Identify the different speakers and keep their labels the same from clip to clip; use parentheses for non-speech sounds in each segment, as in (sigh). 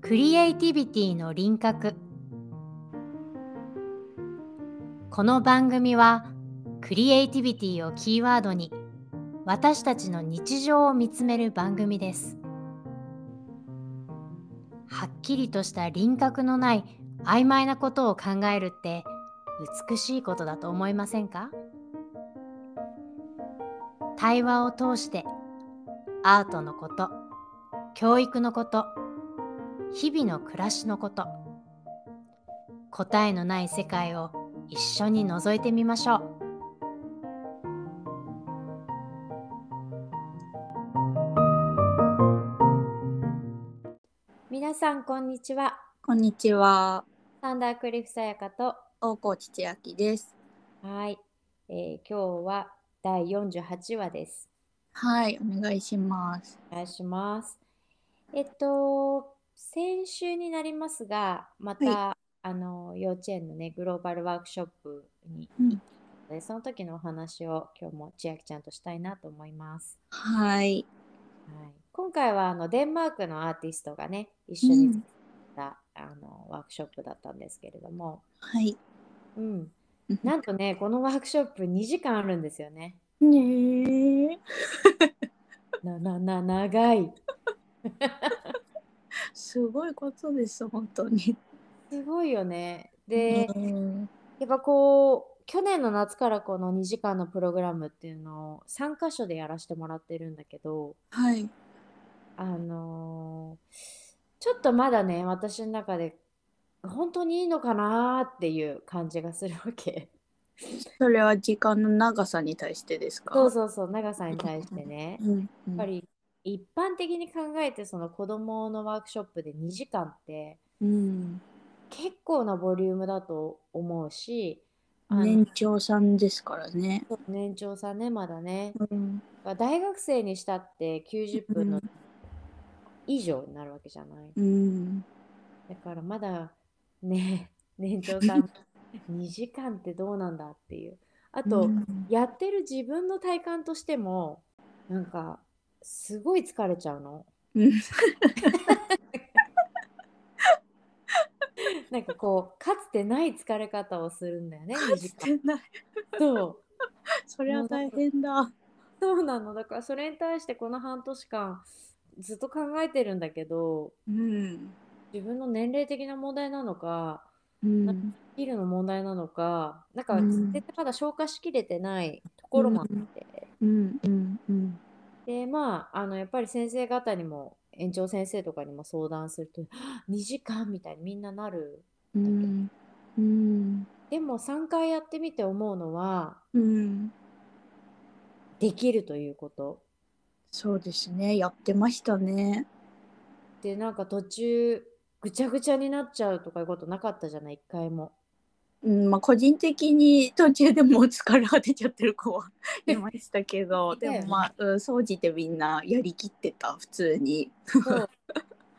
Speaker 1: クリエイティビティの輪郭この番組はクリエイティビティをキーワードに私たちの日常を見つめる番組ですはっきりとした輪郭のない曖昧なことを考えるって美しいことだと思いませんか対話を通してアートのこと教育のこと日々の暮らしのこと答えのない世界を一緒に覗いてみましょう皆さんこんにちは
Speaker 2: こんにちは、
Speaker 1: サンダークリフさやかと
Speaker 2: 大河内千秋です。
Speaker 1: はい、えー今日は第48話です
Speaker 2: はい、お願いします。
Speaker 1: お願いします。えっと、先週になりますが、また、あの幼稚園のね、グローバルワークショップに
Speaker 2: うん
Speaker 1: 行ったので、その時のお話を今日も千秋ちゃんとしたいなと思います。
Speaker 2: はい、
Speaker 1: はい、今回はあのデンマークのアーティストがね、一緒に
Speaker 2: うん
Speaker 1: 作った、あのワークショップだったんですけれども、
Speaker 2: はい。
Speaker 1: うん、なんとね、このワークショップ2時間あるんですよね。
Speaker 2: ねえ、
Speaker 1: な、な、な、長い。
Speaker 2: すごいことです、本当に。
Speaker 1: すごいよね。で、
Speaker 2: ね
Speaker 1: やっぱこう去年の夏からこの2時間のプログラムっていうのを3箇所でやらせてもらってるんだけど
Speaker 2: はい、
Speaker 1: あのーちょっとまだね私の中で本当にいいのかなーっていう感じがするわけ
Speaker 2: (laughs) それは時間の長さに対してですか。
Speaker 1: そうそうそう長さんに対してねやっ
Speaker 2: うん、やっ
Speaker 1: ぱ、り一般的に考えてその子供のワークショップで2時間って
Speaker 2: うん、
Speaker 1: 結構なボリュームだと思うしあの
Speaker 2: 年長さんですからね。
Speaker 1: 年長さんねまだね
Speaker 2: うん、
Speaker 1: まあ大学生にしたって90分の
Speaker 2: うん
Speaker 1: 以上になるわけじゃない。
Speaker 2: うん、
Speaker 1: だからまだね、 (laughs) 年長
Speaker 2: (laughs)
Speaker 1: さん2時間ってどうなんだっていう。あと、
Speaker 2: うん
Speaker 1: やってる自分の体感としても、なんかすごい疲れちゃうの。
Speaker 2: うん
Speaker 1: (laughs) なんかこう、かつてない疲れ方をするんだよね、2時
Speaker 2: し
Speaker 1: 間。
Speaker 2: てない。
Speaker 1: そう
Speaker 2: それは大変だ。
Speaker 1: (laughs) そうなの。だからそれに対してこの半年間ずっと考えてるんだけど、
Speaker 2: うん、
Speaker 1: 自分の年齢的な問題なのか、
Speaker 2: うん、
Speaker 1: スキルの問題なのか、なんか
Speaker 2: うん
Speaker 1: 絶対まだ消化しきれてないところもあって、
Speaker 2: うん、うん、うん、
Speaker 1: で、まあ、あのやっぱり先生方にも、園長先生とかにも相談すると、 (gasps) はぁ2時間みたいにみんななる。
Speaker 2: うん、うん、
Speaker 1: でも3回やってみて思うのは、
Speaker 2: うん。
Speaker 1: できるということ。
Speaker 2: そうですね、やってましたね。
Speaker 1: で、なんか途中、ぐちゃぐちゃになっちゃうとかいうことなかったじゃない、1回も。
Speaker 2: うんまあ、個人的に途中でもう疲れ果てちゃってる子はいましたけど
Speaker 1: だよね
Speaker 2: でもまあうん掃除でみんなやりきってた普通に。
Speaker 1: そう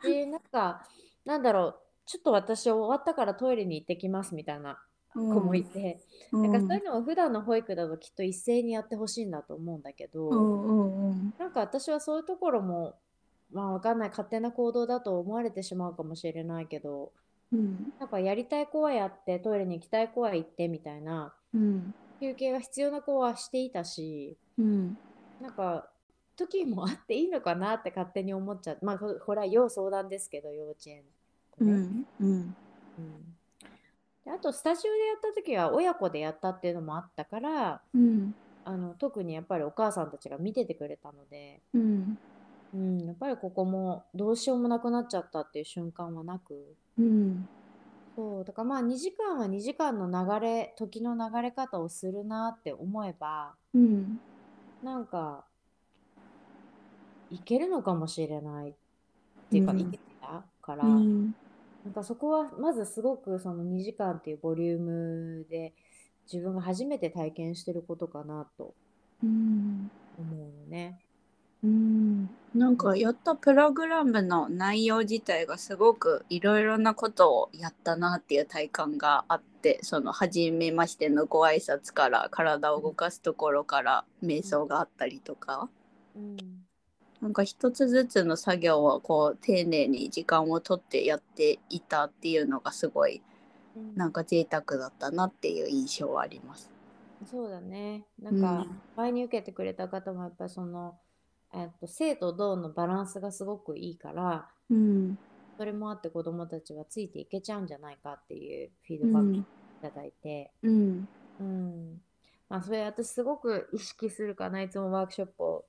Speaker 1: で、なんか、なんだろう、ちょっと私終わったからトイレに行ってきますみたいな子
Speaker 2: う
Speaker 1: もいて。
Speaker 2: うん
Speaker 1: なんかそういうのは普段の保育だときっと一斉にやってほしいんだと思うんだけど、
Speaker 2: うんうんうん
Speaker 1: なんか私はそういうところも、まあ、わかんない勝手な行動だと思われてしまうかもしれないけど
Speaker 2: うん
Speaker 1: なんかやりたい子はやってトイレに行きたい子は行ってみたいな
Speaker 2: うん
Speaker 1: 休憩が必要な子はしていたし
Speaker 2: うん
Speaker 1: なんか時もあっていいのかなって勝手に思っちゃうまあここれは要相談ですけど幼稚園と
Speaker 2: う
Speaker 1: ね、
Speaker 2: んうん
Speaker 1: うんであとスタジオでやった時は親子でやったっていうのもあったから
Speaker 2: うん
Speaker 1: あの特にやっぱりお母さんたちが見ててくれたので、
Speaker 2: うん
Speaker 1: うん、やっぱりここもどうしようもなくなっちゃったっていう瞬間はなく
Speaker 2: うん
Speaker 1: そうだからまあ2時間は2時間の流れ時の流れ方をするなって思えば
Speaker 2: うん
Speaker 1: なんかいけるのかもしれないっていうか、
Speaker 2: うん
Speaker 1: いけてたから、
Speaker 2: うん
Speaker 1: なんかそこはまずすごくその2時間っていうボリュームで自分が初めて体験してることかなと
Speaker 2: うん
Speaker 1: 思うのね。
Speaker 2: うんなんかやったプログラムの内容自体がすごくいろいろなことをやったなっていう体感があってその初めましてのご挨拶から体を動かすところから瞑想があったりとか
Speaker 1: うん
Speaker 2: なんか一つずつの作業をこう丁寧に時間をとってやっていたっていうのがすごい
Speaker 1: うん
Speaker 2: なんか贅沢だったなっていう印象はあります。
Speaker 1: そうだね。なんか、前に受けてくれた方もやっぱりその、えっと、生と動のバランスがすごくいいから、
Speaker 2: うん、
Speaker 1: それもあって子どもたちはついていけちゃうんじゃないかっていうフィードバックいただいて、
Speaker 2: うん、
Speaker 1: うんまあ、それ私すごく意識するかないつもワークショップを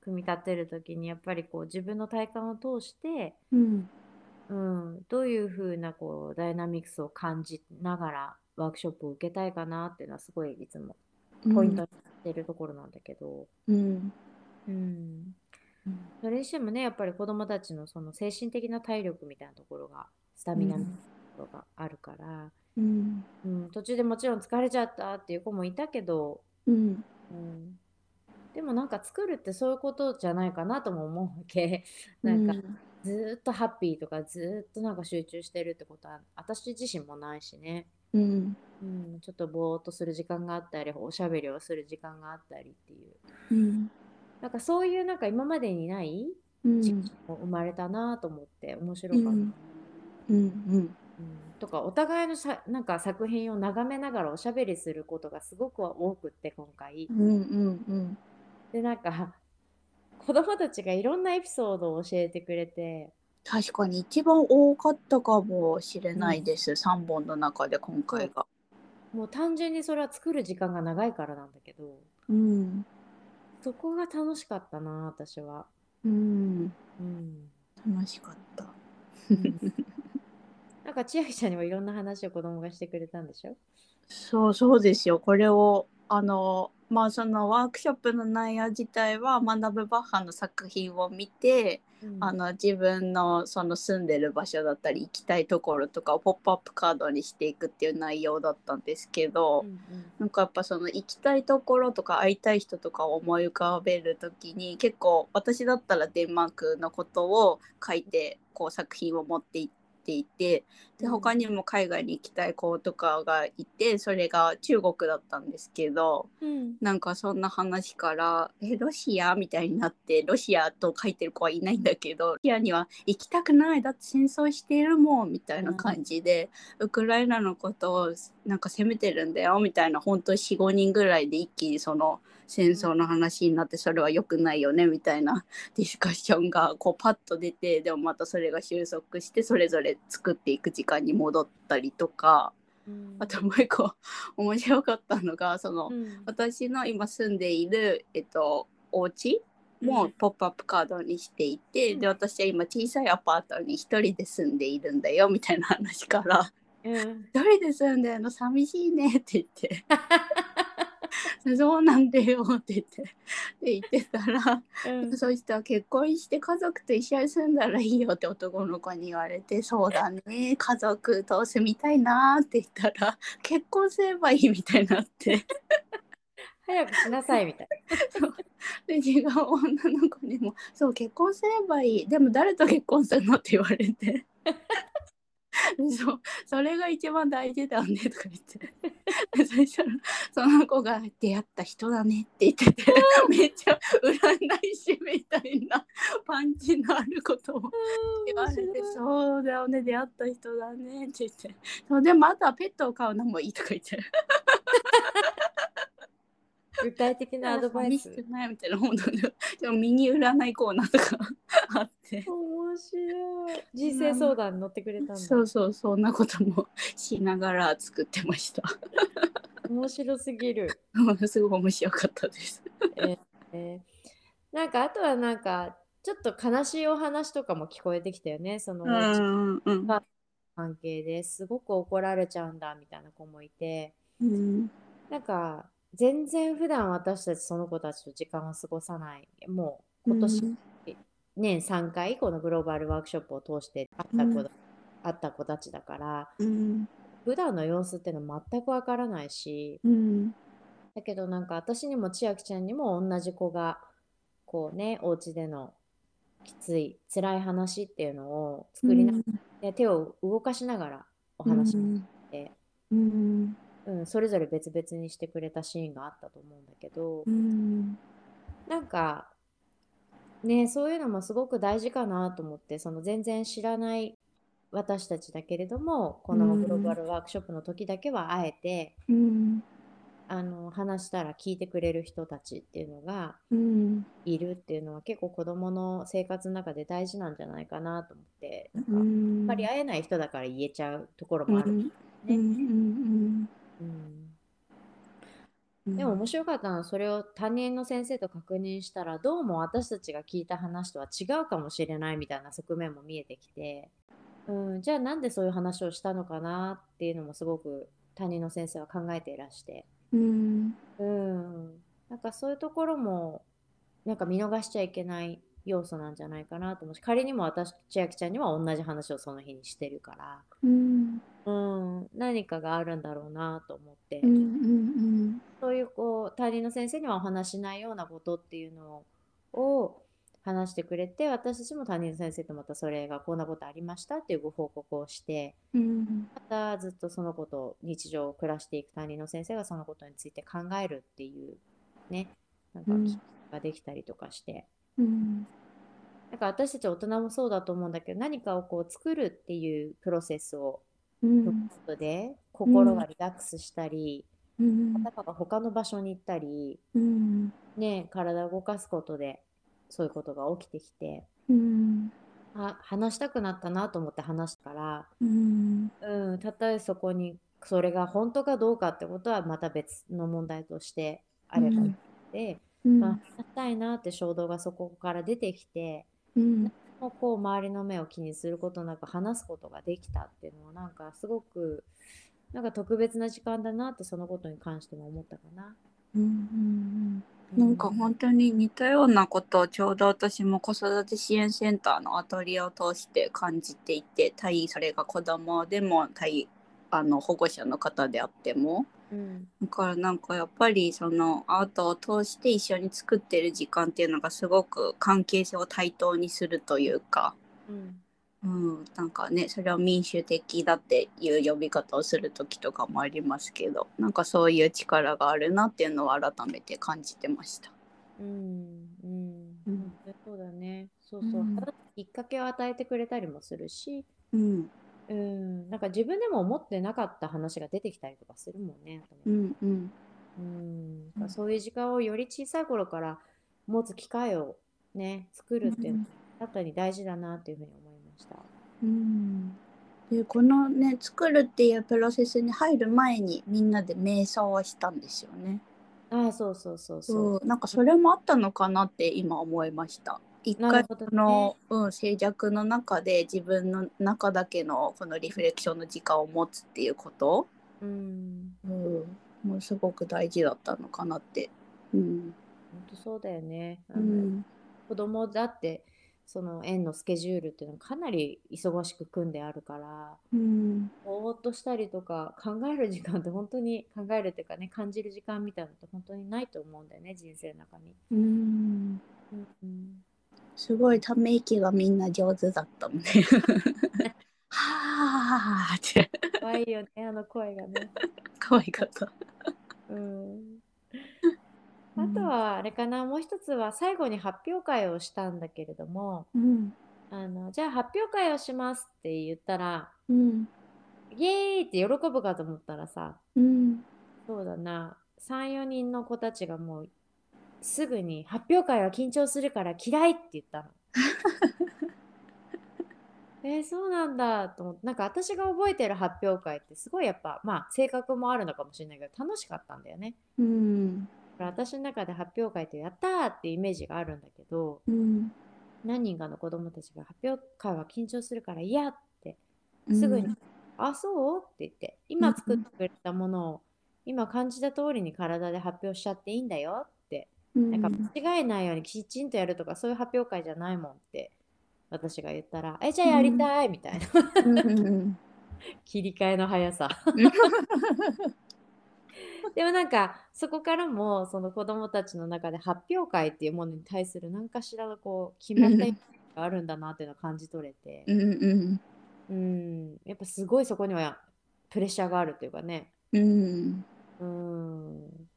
Speaker 1: 組み立てる時にやっぱりこう自分の体感を通して、
Speaker 2: うん、
Speaker 1: うん、どういうふうなこうダイナミクスを感じながらワークショップを受けたいかなっていうのはすごいいつもポイントにしてるところなんだけど、
Speaker 2: うん。
Speaker 1: うん、
Speaker 2: うん
Speaker 1: それにしてもねやっぱり子どもたちのその精神的な体力みたいなところがスタミナのところがあるから、
Speaker 2: うん、
Speaker 1: うん、途中でもちろん疲れちゃったっていう子もいたけど、
Speaker 2: うん、
Speaker 1: うん、でもなんか作るってそういうことじゃないかなとも思うわけなんかずーっとハッピーとかずーっとなんか集中してるってことは私自身もないしね、
Speaker 2: うん、
Speaker 1: うん、ちょっとぼーっとする時間があったりおしゃべりをする時間があったりっていう
Speaker 2: うん、
Speaker 1: なんかそういうなんか今までにない
Speaker 2: うん、
Speaker 1: 時期も生まれたなと思って面白かった。
Speaker 2: うんうん、
Speaker 1: うんとかお互いのさなんか作品を眺めながらおしゃべりすることがすごく多くって今回
Speaker 2: うん、うん、
Speaker 1: でなんか (laughs) 子供たちがいろんなエピソードを教えてくれて
Speaker 2: 確かに一番多かったかもしれないです。三、本の中で今回が。
Speaker 1: もう単純にそれは作る時間が長いからなんだけど
Speaker 2: うん、
Speaker 1: そこが楽しかったな私は、
Speaker 2: うん、 (laughs)
Speaker 1: うん、
Speaker 2: 楽しかった。
Speaker 1: なんか千秋ちゃんにもいろんな話を子供がしてくれたんでしょ
Speaker 2: そうそうですよ。これをあのまあそのワークショップの内容自体はマンダブバッハの作品を見て、あの自分のその住んでる場所だったり行きたいところとかをポップアップカードにしていくっていう内容だったんですけど、
Speaker 1: うん
Speaker 2: なんかやっぱその行きたいところとか会いたい人とかを思い浮かべるときに結構私だったらデンマークのことを書いてこう作品を持って行っていてで
Speaker 1: うん
Speaker 2: 他にも海外に行きたい子とかがいてそれが中国だったんですけど
Speaker 1: うん
Speaker 2: なんかそんな話から「えロシア?」みたいになってロシアと書いてる子はいないんだけどロシアには行きたくないだって戦争しているもんみたいな感じで、ウクライナのことをなんか責めてるんだよみたいな本当45人ぐらいで一気にその戦争の話になってそれは良くないよねみたいなディスカッションがこうパッと出てでもまたそれが収束してそれぞれ作っていく時間に戻ったりとか
Speaker 1: うん
Speaker 2: あともう一個面白かったのがその。
Speaker 1: うん
Speaker 2: 私の今住んでいる、えっと、お家
Speaker 1: う
Speaker 2: も
Speaker 1: ん
Speaker 2: ポップアップカードにしていて、
Speaker 1: うん
Speaker 2: で私は今小さいアパートに一人で住んでいるんだよみたいな話から (laughs)
Speaker 1: うん
Speaker 2: 「一人で住んでるの寂しいね」って
Speaker 1: (laughs)
Speaker 2: 言って「そうなんだよ」って言ってで言ってたら
Speaker 1: うん
Speaker 2: そしたら結婚して家族と一緒に住んだらいいよって男の子に言われて「そうだね家族と住みたいな」って言ったら「結婚すればいい」みたいになって。
Speaker 1: 早くしなさいみたい
Speaker 2: で違う女の子にも「そう結婚すればいいでも誰と結婚するの?」って言われてそうそれが一番大事だねとか言ってでそしたらその子が「出会った人だね」って言っててめっちゃ占い師みたいなパンチのあることを言
Speaker 1: な。
Speaker 2: われて
Speaker 1: 面
Speaker 2: 「
Speaker 1: 白い
Speaker 2: そうだよね出会った人だね」って言ってそう「でもあとはペットを飼うのもいい」とか言って
Speaker 1: 具体的なアドバイ
Speaker 2: (laughs)
Speaker 1: ス。
Speaker 2: 寂しくないみたいな本当にでもミニ占いコーナーとかあって
Speaker 1: 面白い。人生相談に乗ってくれたんだ。
Speaker 2: そうそうそんなこともしながら作ってました
Speaker 1: 面白すぎる。
Speaker 2: すごい面白かったです
Speaker 1: えーなんかあとはなんかちょっと悲しいお話とかも聞こえてきたよね。その
Speaker 2: う、んうん
Speaker 1: 関係ですごく怒られちゃうんだみたいな子もいて、
Speaker 2: うん
Speaker 1: なんか全然普段私たちその子たちと時間を過ごさない。もう今年年3回このグローバルワークショップを通して会った子だ、会った子たちだから
Speaker 2: うん
Speaker 1: 普段の様子ってのは全くわからないし
Speaker 2: うん
Speaker 1: だけどなんか私にも千秋ちゃんにも同じ子がこうねお家でのきつい辛い話っていうのを作りながら、手を動かしながらお話しして、
Speaker 2: うん
Speaker 1: うんそれぞれ別々にしてくれたシーンがあったと思うんだけど、
Speaker 2: うん
Speaker 1: なんかね、そういうのもすごく大事かなと思ってその全然知らない私たちだけれどもこのグローバルワークショップの時だけはあえて、
Speaker 2: うん
Speaker 1: あの話したら聞いてくれる人たちっていうのが
Speaker 2: うん
Speaker 1: いるっていうのは結構子どもの生活の中で大事なんじゃないかなと思ってなんか
Speaker 2: う
Speaker 1: やっ
Speaker 2: ん
Speaker 1: ぱり会えない人だから言えちゃうところもある、
Speaker 2: うんうん
Speaker 1: うん
Speaker 2: うん、
Speaker 1: でも面白かったのはそれを担任の先生と確認したらどうも私たちが聞いた話とは違うかもしれないみたいな側面も見えてきて、うん、じゃあなんでそういう話をしたのかなっていうのもすごく担任の先生は考えていらして、
Speaker 2: うん
Speaker 1: うん、なんかそういうところもなんか見逃しちゃいけない要素なんじゃないかなと思うし仮にも私と千秋ちゃんには同じ話をその日にしてるか
Speaker 2: うん
Speaker 1: ら、うん、何かがあるんだろうなと思って。
Speaker 2: うんうん
Speaker 1: そういうこう担任の先生にはお話しないようなことっていうのを話してくれて私たちも担任の先生とまたそれがこんなことありましたっていうご報告をして
Speaker 2: うん
Speaker 1: またずっとそのことを日常を暮らしていく担任の先生がそのことについて考えるっていうねなんか
Speaker 2: うん
Speaker 1: きっかけができたりとかして、
Speaker 2: うん
Speaker 1: なんか私たち大人もそうだと思うんだけど何かをこう作るっていうプロセスを
Speaker 2: う
Speaker 1: 踏む
Speaker 2: ん
Speaker 1: ことで心がリラックスしたり、
Speaker 2: うん
Speaker 1: 頭が他の場所に行ったり
Speaker 2: うん
Speaker 1: ね、体を動かすことでそういうことが起きてきて
Speaker 2: うん
Speaker 1: あ話したくなったなと思って話したか
Speaker 2: うん
Speaker 1: ら、うん、たとえそこにそれが本当かどうかってことはまた別の問題としてあればいいので、
Speaker 2: うん
Speaker 1: まあ、話したいなって衝動がそこから出てきて
Speaker 2: うん
Speaker 1: もうこう周りの目を気にすることなく話すことができたっていうのはなんかすごくなんか特別な時間だなってそのことに関しても思ったかな。
Speaker 2: うんうん
Speaker 1: う
Speaker 2: なんか本当に似たようなことをちょうど私も子育て支援センターのアトリエを通して感じていて対それが子供でも対あの保護者の方であっても
Speaker 1: うん
Speaker 2: だからなんかやっぱりそのアートを通して一緒に作ってる時間っていうのがすごく関係性を対等にするというか、
Speaker 1: うん
Speaker 2: うん、なんかねそれを民主的だっていう呼び方をする時とかもありますけどなんかそういう力があるなっていうのを改めて感じてました。
Speaker 1: うんうん
Speaker 2: うん
Speaker 1: 本当にそうだね。そうそう。
Speaker 2: うん
Speaker 1: 話すきっかけを与えてくれたりもするし、
Speaker 2: うん
Speaker 1: うん、なんか自分でも思ってなかった話が出てきたりとかするもんね。
Speaker 2: うんうん
Speaker 1: うん、だからそういう時間をより小さい頃から持つ機会をね、作るっていうのは、あったり大事だなっていうふうに思いました。
Speaker 2: うんでこのね作るっていうプロセスに入る前にみんなで瞑想をしたんですよね。
Speaker 1: ああ、そうそうそう
Speaker 2: そ
Speaker 1: そう
Speaker 2: なんかそれもあったのかなって今思いました。一
Speaker 1: な
Speaker 2: 回
Speaker 1: るほどね
Speaker 2: この、うん、静寂の中で自分の中だけのこのリフレクションの時間を持つっていうこと、
Speaker 1: う。うん、
Speaker 2: うん、もうすごく大事だったのかなって。うん
Speaker 1: 本当そうだよね。あ
Speaker 2: う
Speaker 1: の
Speaker 2: ん
Speaker 1: 子供だって、その園のスケジュールっていうのはかなり忙しく組んであるから、
Speaker 2: うん
Speaker 1: ぼーっとしたりとか考える時間って本当に考えるっていうかね感じる時間みたいなのって本当にないと思うんだよね人生の中に。
Speaker 2: うん
Speaker 1: うんうん、
Speaker 2: すごいため息がみんな上手だったもんね。はあって
Speaker 1: 怖いよねあの声がね。
Speaker 2: 可愛かった。
Speaker 1: うん、あとはあれかなもう一つは最後に発表会をしたんだけれども
Speaker 2: うん
Speaker 1: あのじゃあ発表会をしますって言ったら
Speaker 2: うん
Speaker 1: イエーイって喜ぶかと思ったらさ
Speaker 2: うん
Speaker 1: そうだな34人の子たちがもうすぐに発表会は緊張するから嫌いって言ったの。えーそうなんだと思ってなんか私が覚えてる発表会ってすごいやっぱまあ性格もあるのかもしれないけど楽しかったんだよね。
Speaker 2: うん
Speaker 1: だから私の中で発表会ってやったーってイメージがあるんだけど
Speaker 2: うん
Speaker 1: 何人かの子供たちが発表会は緊張するから嫌ってすぐに「あそう?」って言って
Speaker 2: う
Speaker 1: 今
Speaker 2: ん
Speaker 1: 作ってくれたものを今感じた通りに体で発表しちゃっていいんだよって
Speaker 2: うん
Speaker 1: なんか間違えないようにきちんとやるとかそういう発表会じゃないもんって私が言ったら「えじゃあやりたい」みたいな (laughs)
Speaker 2: うんうん
Speaker 1: 切り替えの速さ (laughs) でもなんかそこからもその子供たちの中で発表会っていうものに対する何かしらのこう決まった意味があるんだなっていうのを感じ取れて
Speaker 2: うんうん
Speaker 1: うんやっぱすごいそこにはプレッシャーがあるというかね
Speaker 2: うん
Speaker 1: うん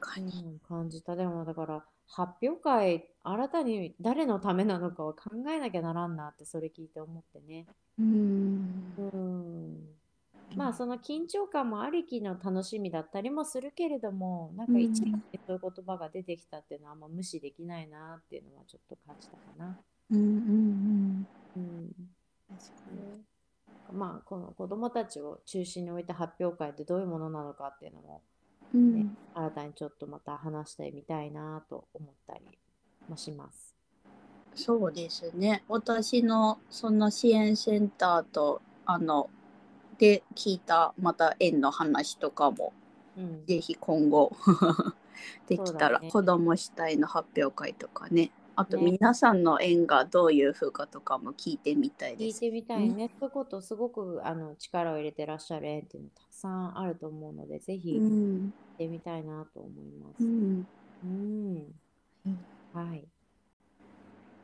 Speaker 2: 確かに
Speaker 1: うん感じたでもだから発表会新たに誰のためなのかを考えなきゃならんなってそれ聞いて思ってね。
Speaker 2: うん
Speaker 1: うんまあその緊張感もありきの楽しみだったりもするけれどもなんか一
Speaker 2: うん
Speaker 1: 時でそういう言葉が出てきたっていうのはあんま無視できないなっていうのはちょっと感じたかな。
Speaker 2: うんうん
Speaker 1: うん
Speaker 2: うん確かに
Speaker 1: ねまあこの子どもたちを中心に置いた発表会ってどういうものなのかっていうのも
Speaker 2: うん
Speaker 1: ね新たにちょっとまた話してみたいなと思ったりもします。
Speaker 2: そうですね私のその支援センターとあので聞いたまた縁の話とかも
Speaker 1: うん、
Speaker 2: ぜひ今後 (laughs) できた
Speaker 1: そうだ
Speaker 2: ら、
Speaker 1: ね
Speaker 2: 子ども主体の発表会とかねあと
Speaker 1: ね
Speaker 2: 皆さんの縁がどういう風かとかも聞いてみたい
Speaker 1: 聞
Speaker 2: で
Speaker 1: い
Speaker 2: す。
Speaker 1: てみたいね。そういうことをすごくあの力を入れてらっしゃる縁っていうのたくさんあると思うのでぜひ
Speaker 2: う
Speaker 1: 行っ
Speaker 2: ん
Speaker 1: てみたいなと思います
Speaker 2: う。ん
Speaker 1: うん、はい。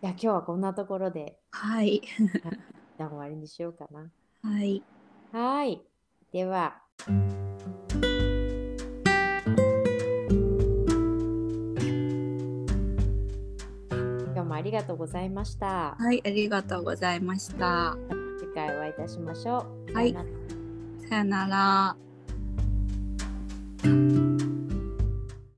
Speaker 1: じゃあ今日はこんなところで
Speaker 2: はい、
Speaker 1: じゃあ終わりにしようかな。
Speaker 2: はい、
Speaker 1: はい。では。今日もありがとうございました。
Speaker 2: はい、ありがとうございました。
Speaker 1: 次回お会いいたしましょう。
Speaker 2: はい
Speaker 1: さよなら
Speaker 2: さよなら。